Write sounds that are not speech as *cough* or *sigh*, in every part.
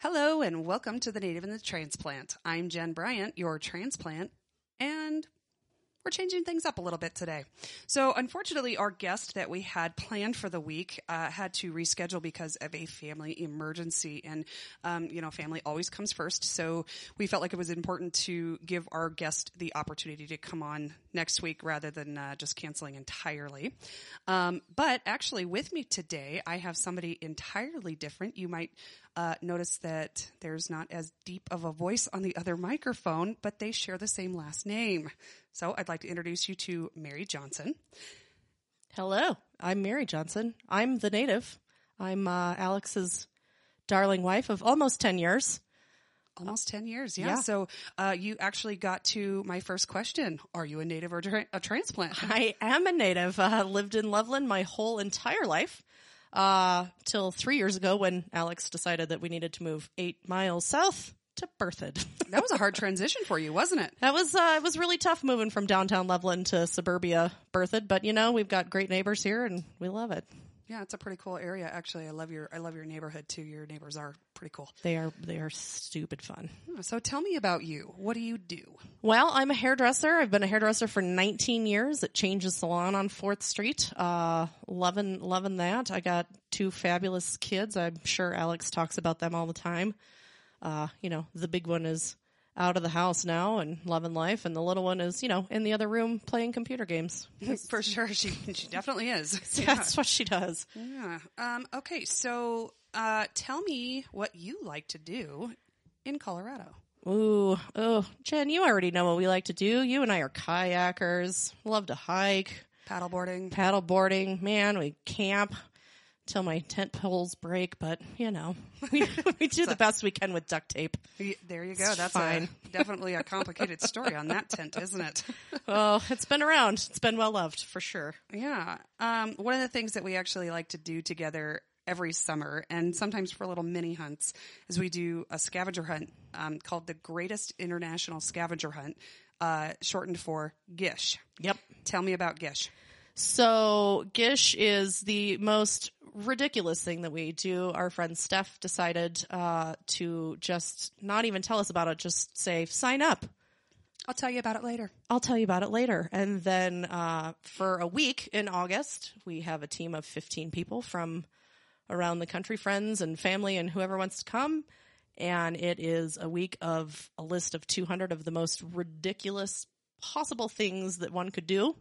Hello and welcome to the Native and the Transplant. I'm Jen Bryant, your transplant, and we're changing things up a little bit today. So, unfortunately, our guest that we had planned for the week uh, had to reschedule because of a family emergency, and um, you know, family always comes first. So, we felt like it was important to give our guest the opportunity to come on next week rather than uh, just canceling entirely. Um, but actually, with me today, I have somebody entirely different. You might uh, notice that there's not as deep of a voice on the other microphone, but they share the same last name. So I'd like to introduce you to Mary Johnson. Hello, I'm Mary Johnson. I'm the native. I'm uh, Alex's darling wife of almost 10 years. Almost 10 years. Yeah. Yeah. So uh, you actually got to my first question Are you a native or tra- a transplant? *laughs* I am a native. Uh, lived in Loveland my whole entire life uh, till three years ago when Alex decided that we needed to move eight miles south to Berthoud. that was a hard transition for you, wasn't it? *laughs* that was uh, it was really tough moving from downtown Loveland to suburbia Berthoud, but you know we've got great neighbors here and we love it. Yeah, it's a pretty cool area. Actually, I love your I love your neighborhood too. Your neighbors are pretty cool. They are they are stupid fun. So tell me about you. What do you do? Well, I'm a hairdresser. I've been a hairdresser for 19 years at Changes Salon on 4th Street. Uh, loving, loving that. I got two fabulous kids. I'm sure Alex talks about them all the time. Uh, you know, the big one is out of the house now and loving life, and the little one is, you know, in the other room playing computer games. *laughs* *laughs* for sure, she she definitely is. *laughs* That's what she does. Yeah. Um, okay. So uh, tell me what you like to do in Colorado. Ooh, oh, Jen, you already know what we like to do. You and I are kayakers, love to hike. Paddleboarding. paddle boarding. Man, we camp till my tent poles break, but you know, *laughs* we, we do the best we can with duct tape. Y- There you go. That's fine. A, *laughs* definitely a complicated story on that tent, isn't it? Oh, it's been around. It's been well loved for sure. yeah. Um, one of the things that we actually like to do together every summer and sometimes for little mini hunts is we do a scavenger hunt um, called the Greatest International Scavenger Hunt, uh, shortened for GISH. Yep. Tell me about GISH. So Gish is the most ridiculous thing that we do. Our friend Steph decided uh, to just not even tell us about it. Just say sign up. I'll tell you about it later. I'll tell you about it later. And then uh, for a week in August, we have a team of 15 people from around the country, friends and family, and whoever wants to come. And it is a week of a list of 200 of the most ridiculous possible things that one could do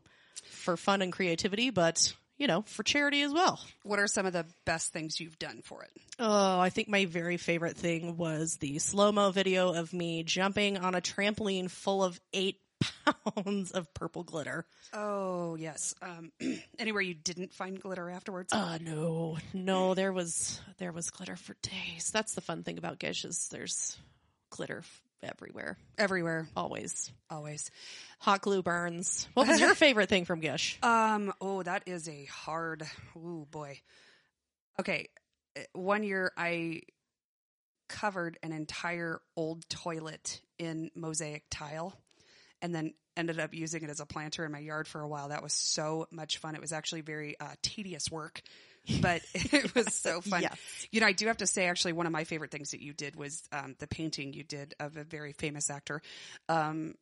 for fun and creativity, but you know, for charity as well. What are some of the best things you've done for it? Oh, I think my very favorite thing was the slow mo video of me jumping on a trampoline full of eight *laughs* pounds of purple glitter. Oh yes. Um, *clears throat* anywhere you didn't find glitter afterwards. Uh no. No, there was there was glitter for days. That's the fun thing about Gish is there's glitter f- everywhere. Everywhere, Always. always. Hot glue burns. What was your favorite thing from Gish? Um. Oh, that is a hard. Oh boy. Okay. uh, One year I covered an entire old toilet in mosaic tile, and then ended up using it as a planter in my yard for a while. That was so much fun. It was actually very uh, tedious work, but *laughs* it was so Oh, fun. Yes. You know, I do have to say, actually, one of my favorite things that you did was um, the painting you did of a very famous actor um,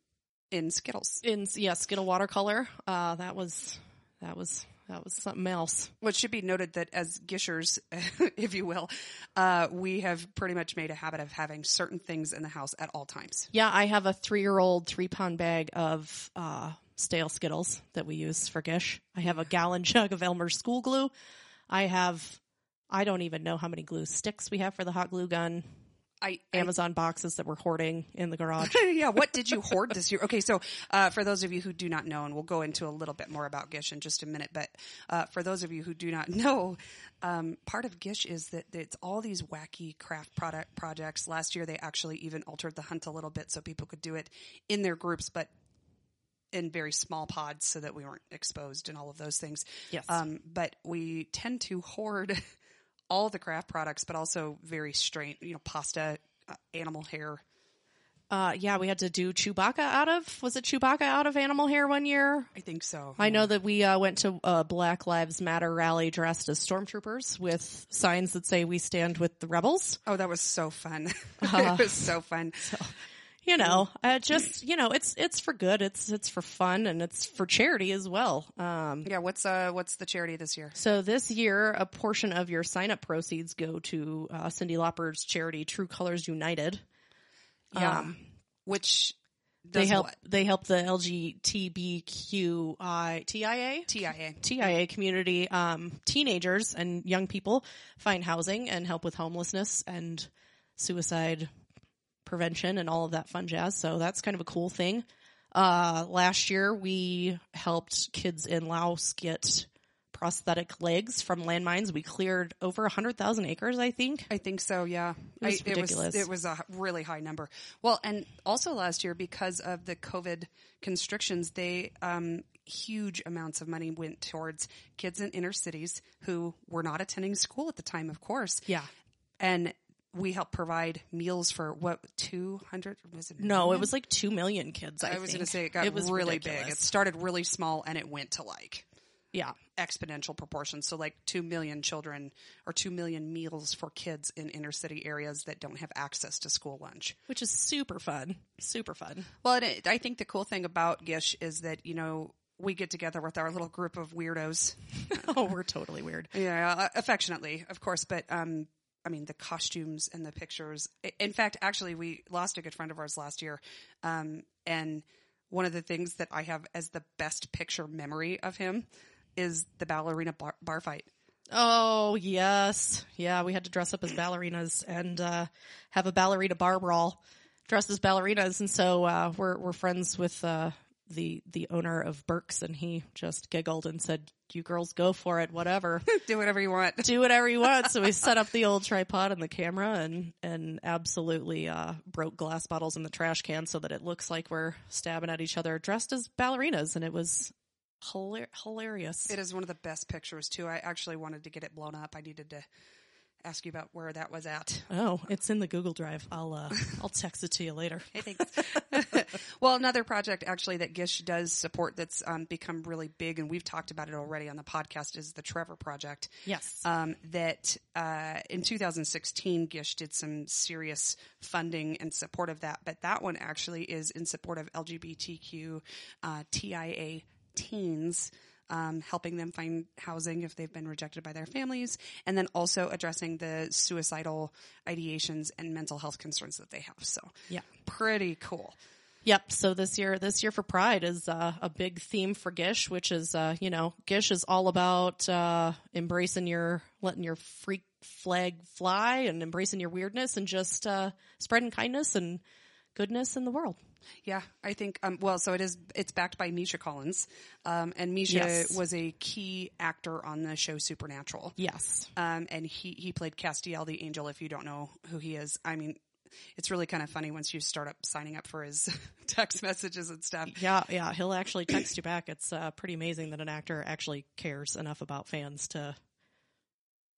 in Skittles. In yeah, Skittle watercolor. Uh that was that was that was something else. Well, it should be noted that as gishers, *laughs* if you will, uh, we have pretty much made a habit of having certain things in the house at all times. Yeah, I have a three year old three pound bag of uh, stale Skittles that we use for Gish. I have a gallon *laughs* jug of Elmer's school glue. I have, I don't even know how many glue sticks we have for the hot glue gun, I, I Amazon boxes that we're hoarding in the garage. *laughs* yeah. What did you hoard this year? Okay, so uh, for those of you who do not know, and we'll go into a little bit more about Gish in just a minute, but uh, for those of you who do not *laughs* know, um, part of Gish is that it's all these wacky craft product projects. Last year, they actually even altered the hunt a little bit so people could do it in their groups, but in very small pods so that we weren't exposed and all of those things. Yes. Um, but we tend to hoard *laughs* all the craft products, but also very strange, you know, pasta, uh, animal hair. Uh, yeah, we had to do Chewbacca out of was it Chewbacca out of animal hair one year? I think so. I know that we uh, went to a Black Lives Matter rally dressed as stormtroopers with signs that say "We stand with the rebels." Oh, that was so *laughs* fun. *laughs* it was so fun. You know, uh, just you know, it's it's for good, it's it's for fun, and it's for charity as well. Um, Yeah, what's uh what's the charity this year? So this year, a portion of your sign up proceeds go to uh, Cindy Lauper's charity, True Colors United. Um, Yeah. Um, Which does Uh, they help what? they help the LGBTQI TIA TIA. TIA community um, teenagers and young people find housing and help with homelessness and suicide prevention and all of that fun jazz. So that's kind of a cool thing. Uh, last year we helped kids in Laos get prosthetic legs from landmines. We cleared over a hundred thousand acres, I think. I think so. Yeah, It was I, ridiculous. It was, it was a really high number. Well, and also last year because of the COVID constrictions, they um, huge amounts of money went towards kids in inner cities who were not attending school at the time, of course. Yeah. and we helped provide meals for what two hundred was it? No, it was like two million kids. I, Mm-hmm. I was going to think. say it got was really big. It ridiculous. started really small and it went to like Yeah. exponential proportions. So like 2 million children or 2 million meals for kids in inner city areas that don't have access to school lunch. Which is super fun. Super fun. Well, and it, I think the cool thing about Gish is that, you know, we get together with our little group of weirdos. oh, we're totally weird. Yeah, uh, affectionately, of course, but um I mean the costumes and the pictures. I- In fact, actually we lost a good friend of ours last year. Um and one of the things that I have as the best picture memory of him is the ballerina bar, bar fight. *laughs* Oh yes, yeah. We had to dress up as ballerinas and uh, have a ballerina bar brawl, dressed as ballerinas. And so uh, we're we're friends with uh, the the owner of Burke's, and he just giggled and said, "You girls go for it, whatever, Do whatever you want. do whatever you want." So we set up the old tripod and the camera, and and absolutely uh, broke glass bottles in the trash can so that it looks like we're stabbing at each other dressed as ballerinas, and it was hilar- hilarious. It is one of the best pictures too. I actually wanted to get it blown up. I needed to ask you about where that was at. Oh, it's in the Google Drive. I'll uh, I'll text it to you later. Hey, thanks. *laughs* well, another project actually that Gish does support that's um, become really big, and we've talked about it already on the podcast, is the Trevor Project. Yes. Um, that uh, in 2016, Gish did some serious funding in support of that, but that one actually is in support of LGBTQ uh, TIA teens. Um, helping them find housing if they've been rejected by their families, and then also addressing the suicidal ideations and mental health concerns that they have. So, yeah. pretty cool. Yep. So this year, this year for Pride is uh, a big theme for Gish, which is uh, you know Gish is all about uh, embracing your letting your freak flag fly and embracing your weirdness and just uh, spreading kindness and goodness in the world. Yeah, I think. Um, well, so it is. It's backed by Misha Collins, um, and Misha Yes. was a key actor on the show Supernatural. Yes. Um, and he he played Castiel the angel. If you don't know who he is, I mean, it's really kind of funny once you start up signing up for his *laughs* text messages and stuff. Yeah, yeah, he'll actually text you back. It's uh, pretty amazing that an actor actually cares enough about fans to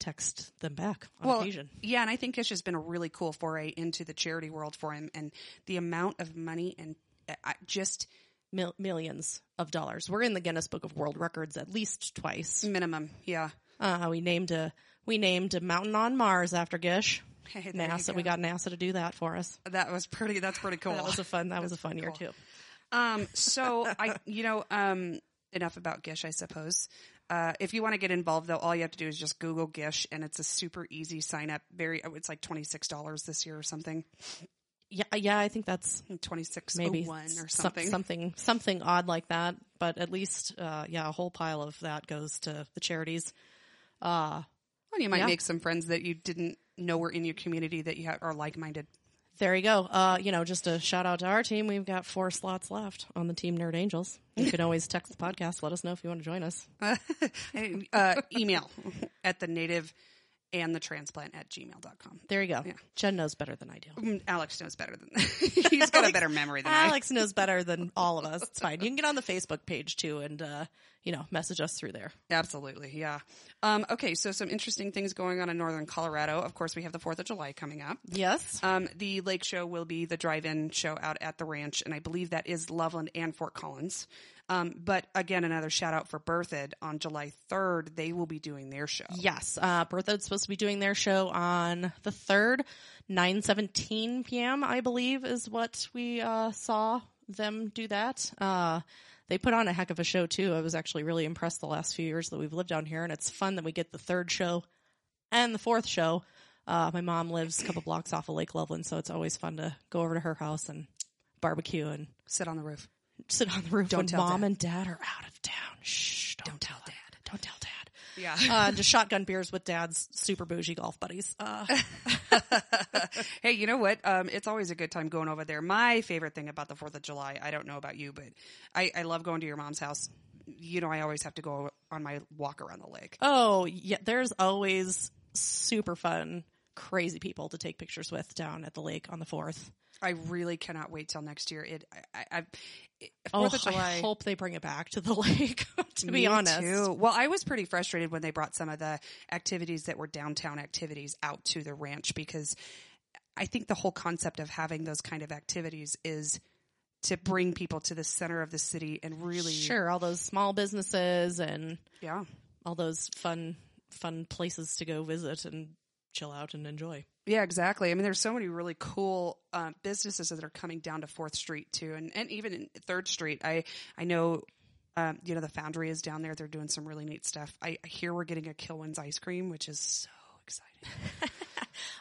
text them back on occasion. Yeah, and I think Kish has been a really cool foray into the charity world for him, and the amount of money and uh, I- just mil- millions of dollars. We're in the Guinness Book of World Records at least twice. minimum. Yeah, *laughs* Uh, we named a we named a mountain on Mars after Gish. Hey, there you NASA, we got NASA to do that for us. that was pretty. That's pretty cool. That was a fun. That was a fun year too. Um, so I, you know, um, enough about Gish, I suppose. Uh, if you want to get involved though, all you have to do is just Google Gish and it's a super easy sign up. Very, oh, it's like $26 this year or something. Yeah, yeah, I think that's maybe 2601 or some- something. something something odd like that. But at least, uh, yeah, a whole pile of that goes to the charities. Uh, Well, you might yeah. make some friends that you didn't know were in your community that you ha- are like *laughs* *laughs* minded. there you go. Uh, you know, just a shout out to our team. We've got four slots left on the team Nerd Angels. You *laughs* can always text the podcast. Let us know if you want to join us. uh, email at Uh, the native and the transplant at gmail.com. There you go. Yeah. Jen knows better than I do. Mm, Alex knows better than *laughs* He's got a Alex- better memory than I. Alex knows better than all of us. It's fine. You can get on the Facebook page too and, uh, you know, message us through there. Absolutely, yeah. Um, okay, so some interesting things going on in northern Colorado. Of course, we have the 4th of July coming up. Yes. Um, the lake show will be the drive-in show out at the ranch, and I believe that is Loveland and Fort Collins. Um, but again, another shout out for Berthoud on July 3rd. They will be doing their show. Yes. Uh, Berthoud's supposed to be doing their show on the 3rd, 9.17 p.m., I believe is what we, uh, saw them do that. Uh, they put on a heck of a show too. I was actually really impressed the last few years that we've lived down here and it's fun that we get the third show and the fourth show. Uh, my mom lives a couple blocks off of Lake Loveland, so it's always fun to go over to her house and barbecue and Sit on the roof. sit on the roof when tell mom Dad. and dad are out of town. Shh, don't, tell dad. Don't tell dad. Yeah. Uh, just shotgun beers with dad's super bougie golf buddies. Uh, *laughs* hey, you know what? Um, it's always a good time going over there. My favorite thing about the 4th of July, I don't know about you, but I, I love going to your mom's house. You know, I always have to go on my walk around the lake. oh, yeah. There's always super fun, crazy people to take pictures with down at the lake on the 4th. I really cannot wait till next year. It, I, I, I it- Oh, 4th of July. I hope they bring it back to the *laughs* lake, to be Me honest. too. Well, I was pretty frustrated when they brought some of the activities that were downtown activities out to the ranch because I think the whole concept of having those kind of activities is to bring people to the center of the city and really, Sure. All those small businesses and yeah. all those fun, fun places to go visit and chill out and enjoy. Yeah, exactly. I mean, there's so many really cool um, businesses that are coming down to Fourth Street too, and and even in Third Street. I I know, um, you know, the Foundry is down there. They're doing some really neat stuff. I, I hear we're getting a Kilwins ice cream, which is so exciting.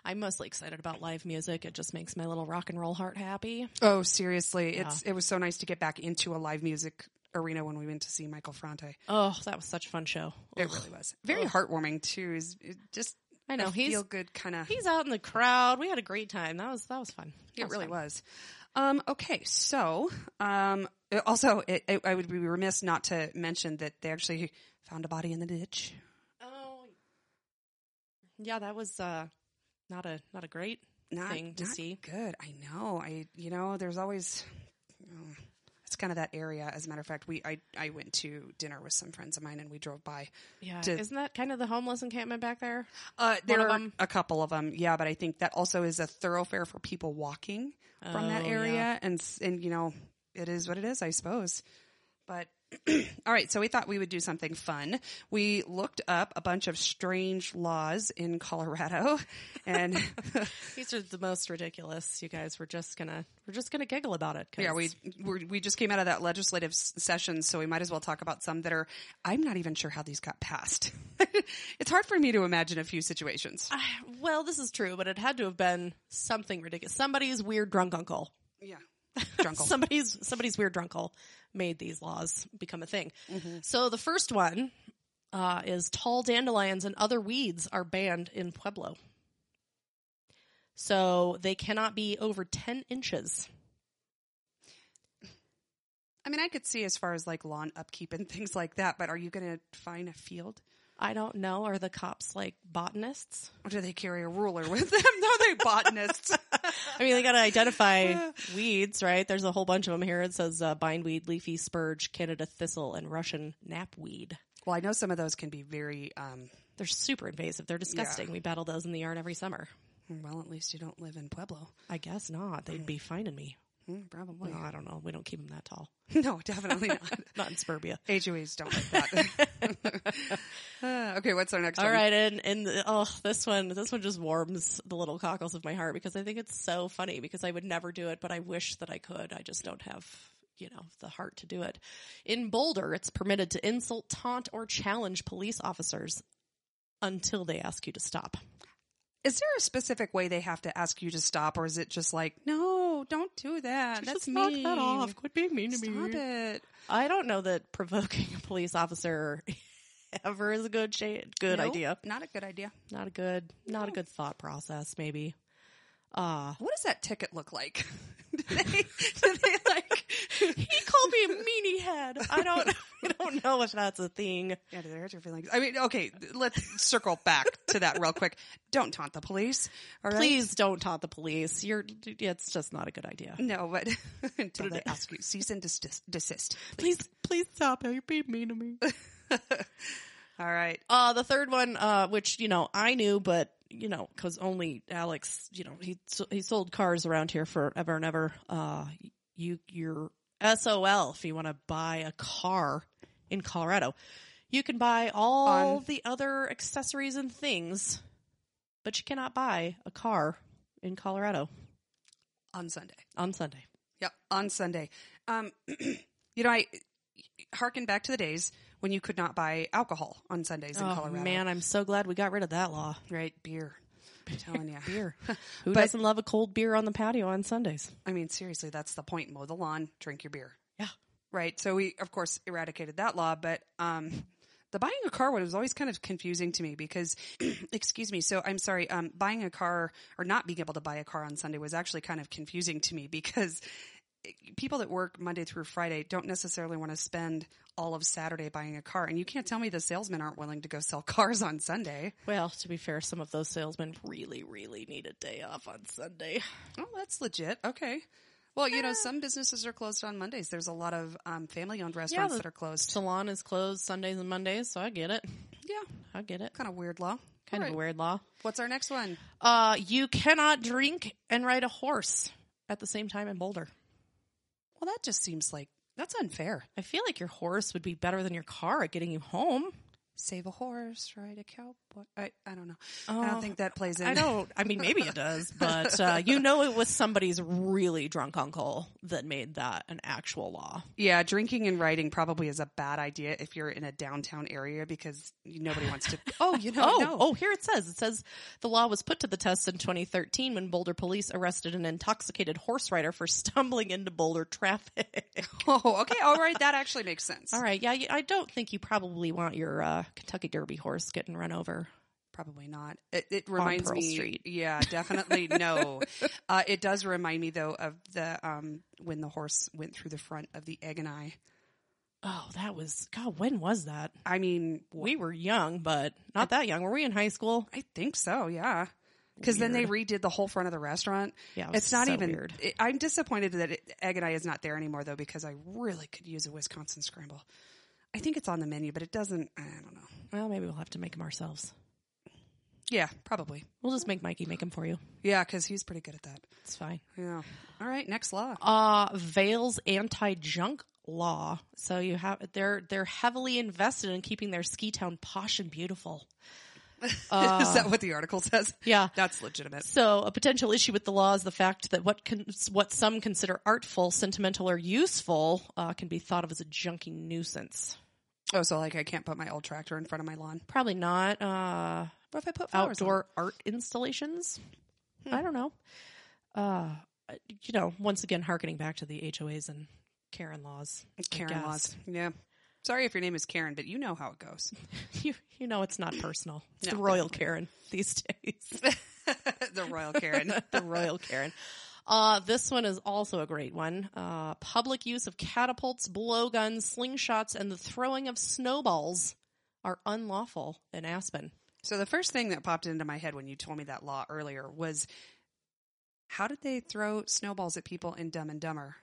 I'm mostly excited about live music. It just makes my little rock and roll heart happy. Oh, seriously, it's it was so nice to get back into a live music arena when we went to see Michael Fronte. Oh, that was such a fun show. It really was very heartwarming too. Is it just I know, a he's- feel good kind of. He's out in the crowd. We had a great time. That was that was fun. That It really fun. was. Um, okay, so um, it- also, it, it, I would be remiss not to mention that they actually found a body in the ditch. Oh, yeah, that was uh, not a not a great Not, thing to not see. Good. I know. I you know, there's always. oh, it's kind of that area. As a matter of fact, we I, I went to dinner with some friends of mine, and we drove by. Yeah, to- isn't that kind of the homeless encampment back there? Uh, there of are 'em? a couple of them, yeah. But I think that also is a thoroughfare for people walking from that Oh, area, yeah. and s- and you know, it is what it is, I suppose. But *clears throat* all right, so we thought we would do something fun. We looked up a bunch of strange laws in Colorado, *laughs* *laughs* and These are the most ridiculous. You guys, we're just gonna we're just gonna giggle about it. 'cause- yeah, we we're, we just came out of that legislative s- session, so we might as well talk about some that are. I'm not even sure how these got passed. *laughs* it's hard for me to imagine a few situations. I- well, this is true, but it had to have been something ridiculous. Somebody's weird drunk uncle. Yeah, *laughs* drunkle. somebody's somebody's weird drunkle made these laws become a thing. So the first one uh, is tall dandelions and other weeds are banned in Pueblo. So they cannot be over ten inches. I mean, I could see as far as like lawn upkeep and *laughs* things like that, but are you going to find a field? I don't know. Are the cops like botanists? Or do they carry a ruler with them? *laughs* no, they botanists. *laughs* I mean, they got to identify weeds, right? There's a whole bunch of them here. It says uh, bindweed, leafy spurge, Canada thistle, and Russian knapweed. well, I know some of those can be very, um, They're super invasive. They're disgusting. We battle those in the yarn every summer. well, at least you don't live in Pueblo. I guess not. They'd be finding me. Hmm, probably. *laughs* Well, I don't know. We don't keep them that tall. No, definitely not. *laughs* Not in Suburbia. HOAs don't like that. *laughs* *laughs* Uh, okay, what's our next All one? right, and and oh, this one, this one just warms the little cockles of my heart because I think it's so funny because I would never do it, but I wish that I could. I just don't have, you know, the heart to do it. In Boulder, it's permitted to insult, taunt, or challenge police officers until they ask you to stop. Is there a specific way they have to ask you to stop, or is it just like, no, don't do that? That's just knock mean. that off. Quit being mean to me. Stop it. I don't know that provoking a police officer *laughs* ever is a good sh- good Nope, idea. Not a good idea. Not a good, not a good thought process. Maybe. Uh What does that ticket look like? *laughs* do, they, do they like he called me a meanie head. I don't. I don't know if that's a thing. Yeah, did it hurt your feelings? I mean, okay, let's circle back to that real quick. Don't taunt the police. All right. Please don't taunt the police. You're, it's just not a good idea. No, but *laughs* until they it. ask you, cease and desist, desist. Please, please stop. You're being mean to me. All right. Uh, the third one, uh, which you know I knew, but you know, because only Alex, you know, he so- he sold cars around here forever and ever. Uh, you your SOL if you want to buy a car in Colorado, you can buy all Fun. the other accessories and things, but you cannot buy a car in Colorado On Sunday. on Sunday. Yep, on Sunday. Um, *clears throat* you know, I harken back to the days when you could not buy alcohol on Sundays in oh Colorado. man, I'm so glad we got rid of that law. Right, beer. I'm telling you. *laughs* Beer. Who But- doesn't love a cold beer on the patio on Sundays? I mean, seriously, that's the point. Mow the lawn, drink your beer. Yeah. Right. So we, of course, eradicated that law, but um, the buying a car one was always kind of confusing to me because, *clears throat* excuse me. So I'm sorry. Um, buying a car or not being able to buy a car on Sunday was actually kind of confusing to me because *laughs* people that work Monday through Friday don't necessarily want to spend all of Saturday buying a car, and you can't tell me the salesmen aren't willing to go sell *laughs* cars on Sunday. Well, to be fair, some of those salesmen really, really need a day off on Sunday. Oh, that's legit. Okay. Well, you know, some businesses are closed on Mondays. There's a lot of um, family-owned restaurants the- that are closed. Salon is closed Sundays and Mondays, so I get it. Yeah, I get it. kind of weird law. All Kind of right. a weird law. What's our next one? Uh, you cannot drink and ride a horse at the same time in Boulder. Well, that just seems like that's unfair. I feel like your horse would be better than your car at getting you home. Save a horse, ride a cowboy. I, I don't know. I don't think that plays in. Oh, I don't. I mean, maybe it does, but uh, you know, it was somebody's really drunk uncle that made that an actual law. *laughs* Yeah, drinking and riding probably is a bad idea if you're in a downtown area because nobody wants to. Oh, you know, Oh, no. *laughs* oh, here it says. It says the law was put to the test in 2013 when Boulder police arrested an intoxicated horse rider for *laughs* stumbling into Boulder *laughs* traffic. *laughs* Oh, okay, all right. That actually makes sense. All right, yeah, you- I don't think you probably want your uh, Kentucky Derby horse getting run over. Probably not. It, it reminds Pearl me. Street. Yeah, *laughs* definitely no. Uh, it does remind me though of the um, when the horse went through the front of the egg and I. Oh, that was God. When was that? I mean, We were young, but not that young. Were we in high school? I think so. Yeah, because then they redid the whole front of the restaurant. Yeah, it was It's not so even. weird. It, I'm disappointed that it, egg and I is not there anymore though, because I really could use a Wisconsin scramble. I think it's on the menu, but it doesn't. I don't know. Well, maybe we'll have to make them ourselves. Yeah, probably. We'll just make Mikey make them for you. Yeah, because he's pretty good at that. It's fine. Yeah. All right, next law. *laughs* uh Vale's anti-junk law. So you have they're they're heavily invested in keeping their ski town posh and beautiful. *laughs* Uh. is that what the article says? Yeah. That's legitimate. So a potential issue with the law is the fact that what con- what some consider artful, sentimental, or useful uh, can be thought of as a junky nuisance. Oh, so like I can't put my old tractor in front of my lawn. Probably not uh, What if I put flowers Hmm. on it? outdoor art installations. I don't know. Uh, you know, once again, harkening back to the HOAs and Karen laws. I Karen guess. laws? Yeah. Sorry if your name is Karen, but you know how it goes. *laughs* *laughs* you you know it's not personal. It's No, the royal Karen these days. the royal Karen. *laughs* the royal Karen. Uh, this one is also a great one. Uh, public use of catapults, blowguns, slingshots, and the throwing of snowballs are unlawful in Aspen. so the first thing that popped into my head when you told me that law earlier was how did they throw snowballs at people in Dumb and Dumber?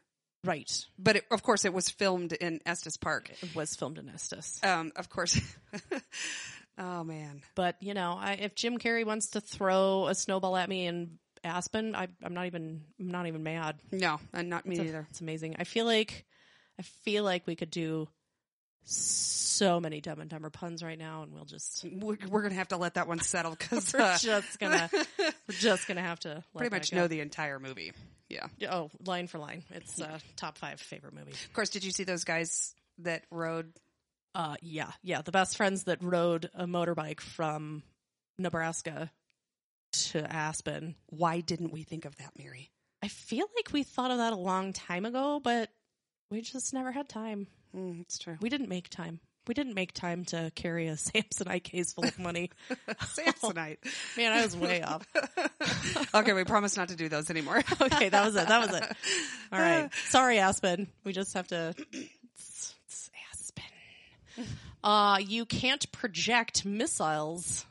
Right. But it, of course, it was filmed in Estes Park. It was filmed in Estes. Um, of course. *laughs* oh man. But, you know, I, if Jim Carrey wants to throw a snowball at me in Aspen, I, I'm not even, I'm not even mad. No, and not me It's a- either. It's amazing. I feel like I feel like we could do so many dumb and dumber puns right now, and *laughs* we'll just *laughs* We're, we're gonna have to let that one settle because we're *laughs* just gonna we're just gonna have to let pretty that much go. know the entire movie. Yeah. Oh, line for line, it's uh, top five favorite movie. Of course, did you see those guys that rode? Uh, yeah, yeah, the best friends that rode a motorbike from Nebraska to Aspen. Why didn't we think of that, Mary? I feel like we thought of that a long time ago, but we just never had time. Mm, it's *laughs* true. We didn't make time. We didn't make time to carry a *laughs* Samsonite case full of money. Samsonite. Man, I was way off. *laughs* *laughs* okay, we promise not to do those anymore. *laughs* Okay, that was it. That was it. All right. Sorry, Aspen. We just have to. It's, it's Aspen. Uh, you can't project missiles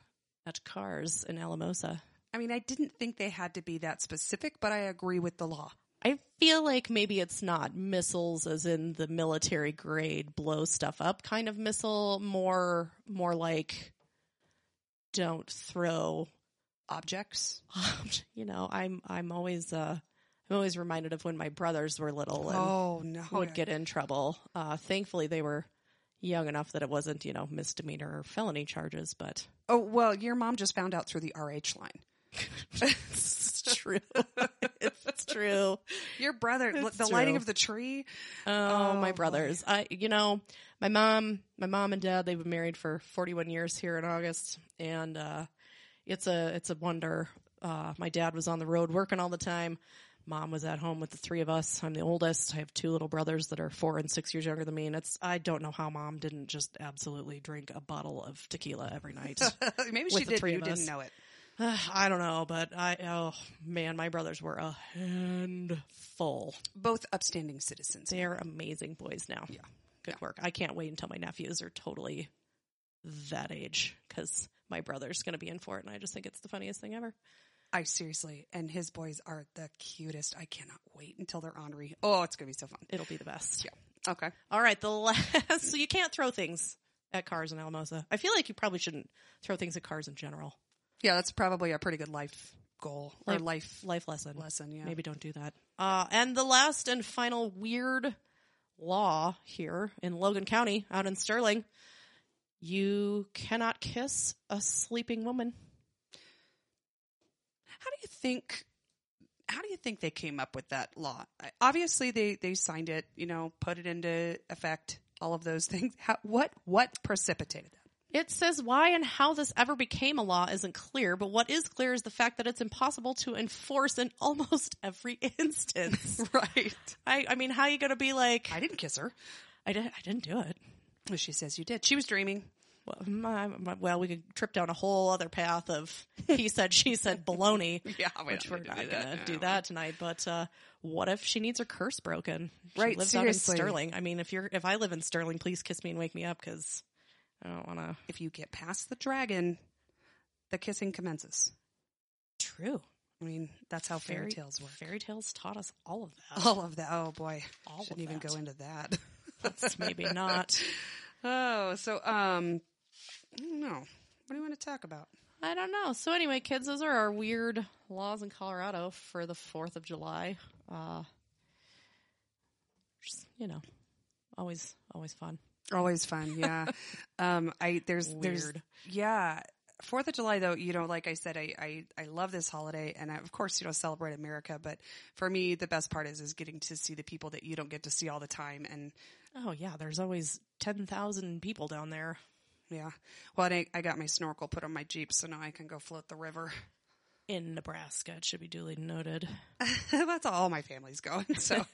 at cars in Alamosa. I mean, I didn't think they had to be that specific, but I agree with the law. I feel like maybe it's not missiles as in the military grade blow stuff up kind of missile, more more like don't throw *laughs* Objects. you know, I'm I'm always uh I'm always reminded of when my brothers were little and Oh no. would get in trouble. Uh thankfully they were young enough that it wasn't, you know, misdemeanor or felony charges, but *laughs* Oh well, your mom just found out through the RH line. it's true. *laughs* it's true. Your brother, It's the lighting true. of the tree. *laughs* Oh, Oh, my boy. brothers. I you know, my mom, my mom and dad, they've been married for 41 years here in August and uh it's a it's a wonder. Uh my dad was on the road working all the time. Mom was at home with the three of us. I'm the oldest. I have two little brothers that are 4 and 6 years younger than me and it's I don't know how mom didn't just absolutely drink a bottle of tequila *laughs* every night. *sighs* Maybe With she the did. three You of didn't us. know it. Uh, I don't know, but I oh man, my brothers were a handful. Both upstanding citizens. They're amazing boys now. Yeah. Good work. I can't wait until my nephews are totally that age because my brother's going to be in for it. And I just think it's the funniest thing ever. I seriously, and his boys are the cutest. I cannot wait until they're ornery. Oh, it's gonna be so fun. It'll be the best. Okay. All right. The last, *laughs* so you can't throw things at cars in Alamosa. I feel like you probably shouldn't throw things at cars in general. Yeah, that's probably a pretty good life goal or Like- life Life lesson. lesson. Yeah. Maybe don't do that. Uh, and the last and final weird law here in Logan County, out in Sterling, you cannot kiss a sleeping woman. How do you think? How do you think they came up with that law? I- Obviously, they they signed it. You know, put it into effect. All of those *laughs* things. How, what what precipitated that? It says why and how this ever became a law isn't clear, but what is clear is the fact that it's impossible to enforce in *laughs* almost every *laughs* instance. *laughs* Right. I, I mean, how you going to be like, I didn't kiss her. I, did, I didn't do it. Well, She says you did. She was dreaming. Well, my- my- well, we could trip down a whole other path of *laughs* he said, she said baloney, Yeah, we which we're not going do that. to do that tonight. But uh, what if she needs her curse broken? She Right, lives seriously. out in Sterling. I mean, if you're if I live in Sterling, please kiss me and wake me up because I don't want to. If you get past the dragon, the kissing commences. True. I mean, that's how fairy tales *laughs* work. Fairy tales taught us all of that. All of that. Oh boy, All of shouldn't even that. go into that. *laughs* That's maybe not. Oh, so um, I don't know. What do you want to talk about? I don't know. So anyway, kids, those are our weird laws in Colorado for the Fourth of July. Uh, just, you know, always, always fun. Always fun, *laughs* yeah. um, I there's there's Weird. yeah. Fourth of July, though, you know, like I said, I, I, I love this holiday, and I, of course, you know, celebrate America. But for me, the best part is is getting to see the people that you don't get to see all the time, and Oh yeah, there's always ten thousand people down there. yeah. Well, I, I got my snorkel put on my jeep, so now I can go float the river. in Nebraska. It should be duly noted. *laughs* That's all my family's going, *laughs* so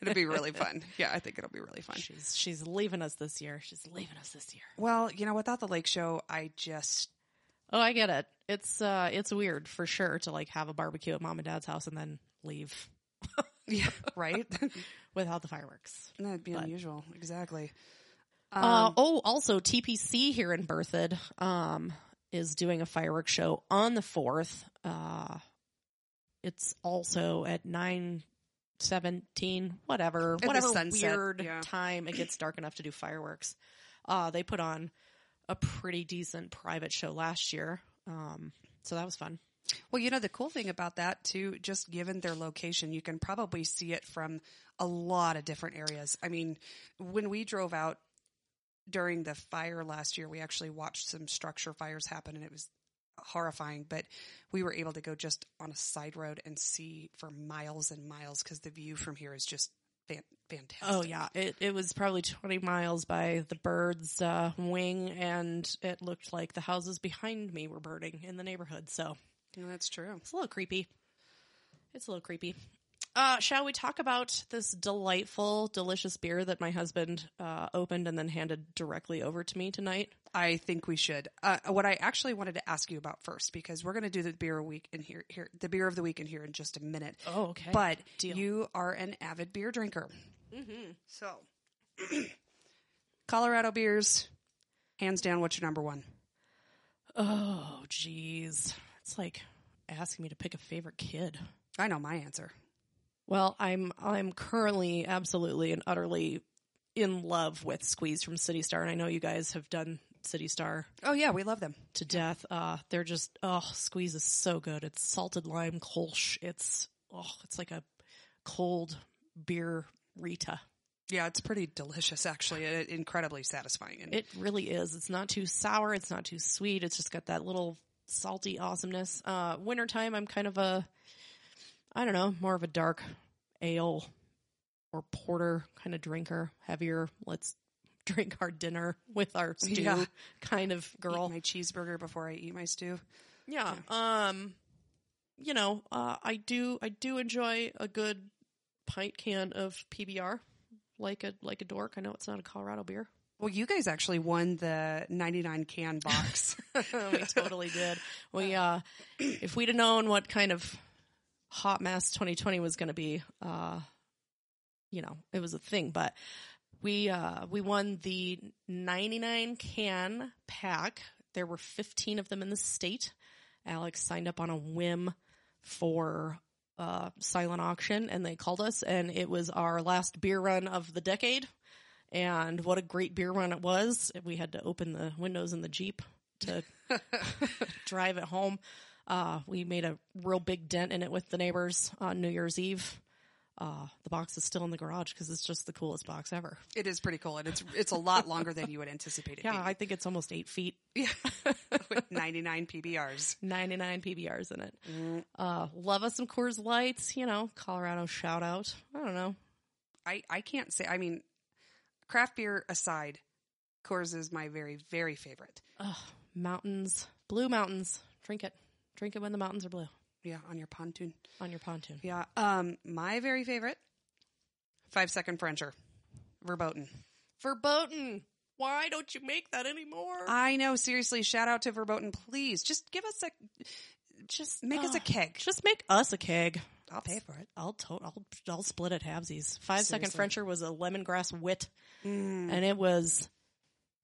it'll be really fun. Yeah, I think it'll be really fun. She's she's leaving us this year. She's leaving us this year. Well, you know, without the lake show, I just Oh, I get it. It's uh it's weird for sure to like have a barbecue at mom and dad's house and then leave yeah, right. *laughs* *laughs* without the fireworks. That'd be But- unusual. Exactly. Um, uh, oh, also TPC here in Berthoud um is doing a fireworks show on the 4th. Uh it's also at 9 17 whatever the whatever sunset, weird yeah. time it gets dark enough to do fireworks uh they put on a pretty decent private show last year um so that was fun Well, you know, the cool thing about that too, just given their location, you can probably see it from a lot of different areas. I mean, when we drove out during the fire last year, we actually watched some structure fires happen and it was horrifying, but we were able to go just on a side road and see for miles and miles because the view from here is just fan- fantastic. oh yeah it, it was probably 20 miles by the bird's uh wing and it looked like the houses behind me were burning in the neighborhood so Yeah, that's true. It's a little creepy. It's a little creepy. Uh, shall we talk about this delightful, delicious beer that my husband uh, opened and then handed directly over to me tonight? I think we should. Uh, what I actually wanted to ask you about first, because we're going to do the beer week in here, here, the beer of the week in here in just a minute. Oh, okay. But But Deal. you are an avid beer Mm-hmm. *clears throat* drinker, so Colorado beers, Hands down, what's your number one? Oh, jeez. It's like asking me to pick a favorite kid. I know my answer. Well, I'm I'm currently absolutely and utterly in love with Squeeze from City Star, and I know you guys have done City Star Oh yeah, we love them. to death. Uh, they're just oh, Squeeze is so good. It's salted lime kolsch. It's oh, it's like a cold beer Rita. Yeah, it's pretty delicious actually. It, incredibly satisfying. And It really is. It's not too sour. It's not too sweet. It's just got that little salty awesomeness. Uh, wintertime, I'm kind of a, I don't know, more of a dark ale or porter kind of drinker, heavier. Let's *laughs* drink our dinner with our stew Yeah. kind of girl. Eat my cheeseburger before I eat my stew. Yeah. Um, you know, uh, I do I do enjoy a good pint can of PBR, like a like a dork. I know it's not a Colorado beer. Well, you guys actually won the 99 can *laughs* box. *laughs* we totally did. We uh, if we'd have known what kind of hot mess 2020 was going to be, uh, you know, it was a thing. But we uh, we won the 99 can pack. There were 15 of them in the state. Alex signed up on a whim for uh, silent auction, and they called us, and it was our last beer run of the decade. And what a great beer run it was! We had to open the windows in the jeep to drive it home. Uh, we made a real big dent in it with the neighbors on New Year's Eve. Uh, the box is still in the garage because it's just the coolest box ever. it is pretty cool, and it's it's a lot longer than you would anticipate it Yeah, I think it's almost eight feet, being. Yeah, *laughs* with 99 PBRs. 99 PBRs in it. Mm. Uh, love us some Coors Lights, you know, Colorado shout out. I don't know. I I can't say. I mean, craft beer aside, Coors is my very very favorite. Ugh, mountains, blue mountains. Drink it. Drink it when the mountains are blue Yeah, on your pontoon. on your pontoon. Yeah, um, my very favorite, five second Frencher, Verboten. Verboten. Why don't you make that anymore? I know. Seriously, shout out to Verboten. Please, just give us a just make us a ugh, keg. Ah, Just make us a keg. I'll pay for it. I'll to- I'll I'll split it halvesies. Five second Seriously. Frencher was a lemongrass wit, and it was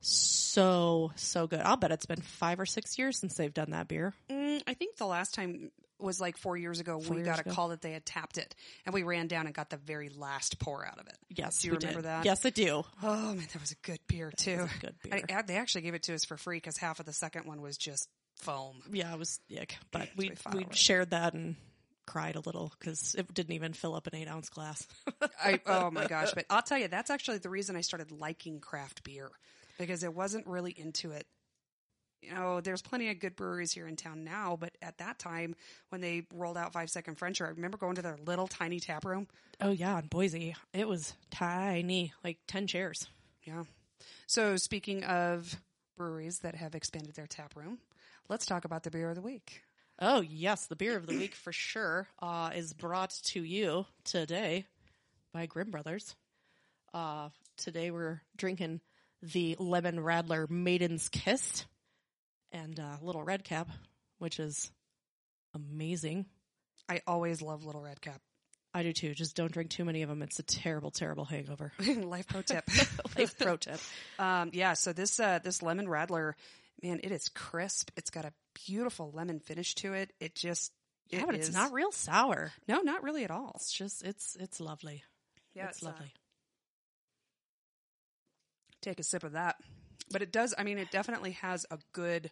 so so good. I'll bet it's been five or six years since they've done that beer. Mm, I think the last time was like four years ago. Four we years got a ago. call that they had tapped it, and we ran down and got the very last pour out of it. Yes, do you we remember did. that? Yes, I do. Oh man, that was a good beer too. *laughs* was a good And beer. I- they actually gave it to us for free because half of the second one was just foam. *laughs* Yeah, it was ick, but we pretty far we away. shared that and cried a little because it didn't even fill up an eight ounce glass. *laughs* I oh my gosh! But I'll tell you, that's actually the reason I started liking craft beer because I wasn't really into it. You know, there's plenty of good breweries here in town now, but at that time when they rolled out Five Second Frencher, I remember going to their little tiny tap room. oh yeah, in Boise, it was tiny, like ten chairs. Yeah. So speaking of breweries that have expanded their tap room, let's talk about the beer of the week. Oh yes, the beer of the week for sure uh, is brought to you today by Grim Brothers. Uh, today we're drinking the Lemon Radler Maiden's Kiss and uh, Little Red Cap, which is amazing. I always love Little Red Cap. I do too. Just don't drink too many of them. It's a terrible, terrible hangover. *laughs* *laughs* Life pro tip. Life pro *laughs* tip. Um, yeah, so this uh, this lemon radler, man, it is crisp. It's got a beautiful lemon finish to it. It just Yeah, it but it's is- not real sour. no, not really at all. It's just it's it's lovely. Yeah, it's, uh, lovely. take a sip of that, but it does. I mean, it definitely has a good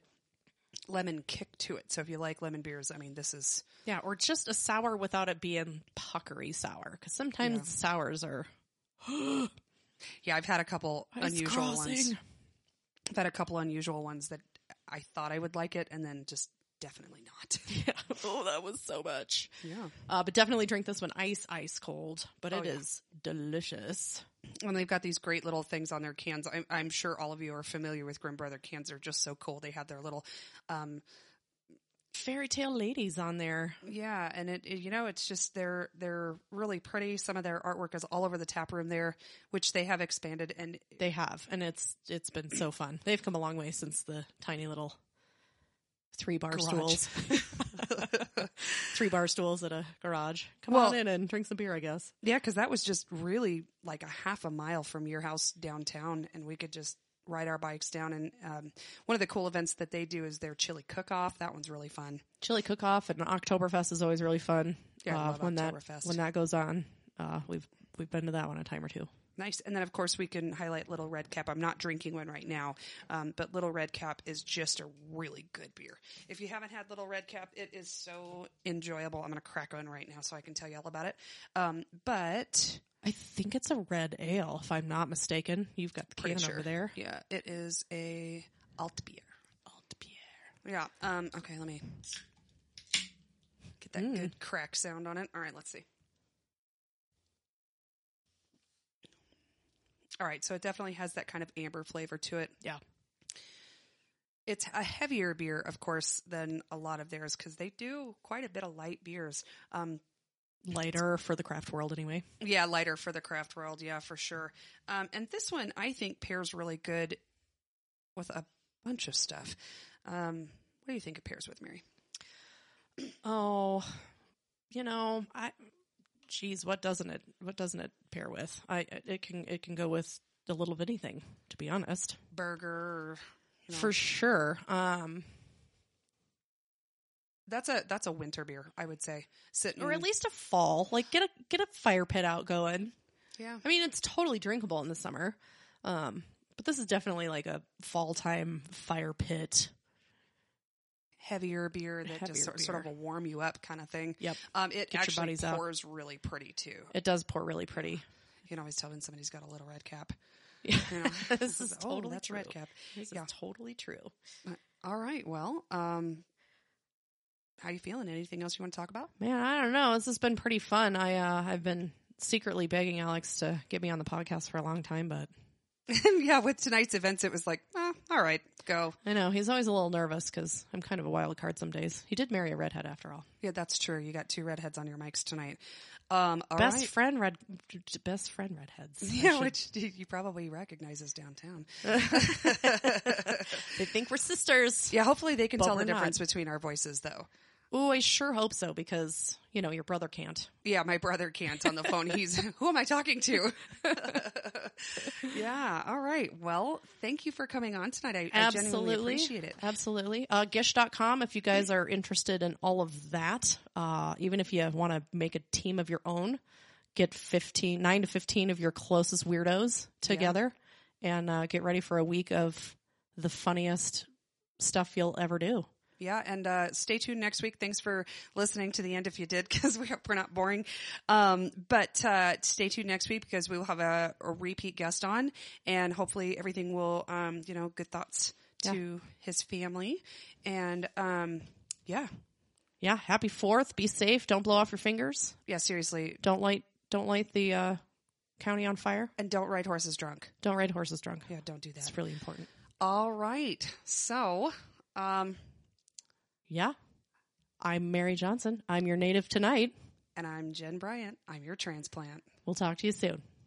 lemon kick to it. So if you like lemon beers, I mean, this is Yeah, or just a sour without it being puckery sour. Because sometimes Yeah. sours are yeah. I've had a couple unusual ones. crossing. *laughs* I've had a couple unusual ones that I thought I would like it, and then just definitely not. Yeah. Oh, that was so much. yeah. Uh, but definitely drink this one ice, ice cold. But Oh, it is yeah. delicious. And they've got these great little things on their cans. I'm, I'm sure all of you are familiar with Grim Brother cans. They're just so cool. They have their little, um, Fairy tale ladies on there. yeah, and it, it- you know it's just they're they're really pretty. Some of their artwork is all over the tap room there, which they have expanded. And They have, and it's it's been so fun. They've come a long way since the tiny little three bar Garage. *laughs* stools, three bar stools at a garage. Come Well- on in and drink some beer, I guess. yeah, because that was just really like a half a mile from your house downtown, and we could just ride our bikes down. And um, one of the cool events that they do is their chili cook off. That one's really fun. Chili cook off and Oktoberfest is always really fun. Yeah, I uh, love when that Oktoberfest. when that goes on, uh, we've we've been to that one a time or two. Nice. And then, of course, we can highlight Little Red Cap. I'm not drinking one right now, um, but Little Red Cap is just a really good beer. If you haven't had Little Red Cap, it is so enjoyable. I'm going to crack one right now so I can tell you all about it. Um, but I think it's a red ale, if I'm not mistaken. You've got the can Pretty over sure. there. yeah, it is a alt beer. Yeah. Um, okay, let me get Hmm. that good crack sound on it. All right, let's see. All right, so it definitely has that kind of amber flavor to it. Yeah. It's a heavier beer, of course, than a lot of theirs because they do quite a bit of light beers. Um, Lighter for the craft world, anyway. yeah, lighter for the craft world, yeah, for sure. Um, and this one I think pairs really good with a bunch of stuff. Um, what do you think it pairs with, Mary? Oh, you know, I, geez, what doesn't it? What doesn't it pair with? I it can it can go with a little of anything, to be honest. Burger. you know. For sure. Um, That's a that's a winter beer, I would say. Sitting or at least a fall. Like get a get a fire pit out going. yeah. I mean, it's totally drinkable in the summer. Um, but this is definitely like a fall time fire pit. heavier beer that Heavier just sort, sort of beer. will warm you up kind of thing. Yep. Um, it Get your actually buddies out. pours really pretty too. It does pour really pretty. You can always tell when somebody's got a little red *laughs* cap. Yeah. You know? *laughs* *laughs* this is oh, totally that's true. red cap. This Yeah. is totally true. All right. Well, um, how you feeling? Anything else you want to talk about? Man, I don't know. This has been pretty fun. I uh, I've been secretly begging Alex to get me on the podcast for a long time, but *laughs* yeah, with tonight's events, it was like, ah, all right, go. I know he's always a little nervous because I'm kind of a wild card some days. He did marry a redhead after all. Yeah, that's true. You got two redheads on your mics tonight. Um, all right. best friend red, best friend redheads. *laughs* I *laughs* yeah, should- which you probably recognize as downtown. they think we're sisters. Yeah, hopefully they can But tell the we're not. difference between our voices, though. Oh, I sure hope so because you know your brother can't. Yeah, my brother can't on the *laughs* phone. He's who am I talking to? *laughs* yeah. All right. Well, thank you for coming on tonight. I, I genuinely appreciate it. Absolutely. Uh, Gish.com, if you guys are interested in all of that, uh, even if you want to make a team of your own, get 15, 9 to 15 of your closest weirdos together and uh, get ready for a week of the funniest stuff you'll ever do. Yeah, and uh, stay tuned next week. Thanks for listening to the end if you did, *laughs* because we, we're not boring. Um, but uh, stay tuned next week because we will have a, a repeat guest on, and hopefully everything will, um, you know, good thoughts to his family, and um, yeah, Yeah. Happy 4th. Be safe. Don't blow off your fingers. yeah, seriously, Don't light, don't light the uh, county on fire. and don't ride horses drunk. Don't ride horses drunk. Yeah, don't do that. It's really important. All right. So, um, Yeah. I'm Mary Johnson. I'm your native tonight. and I'm Jen Bryant. I'm your transplant. We'll talk to you soon.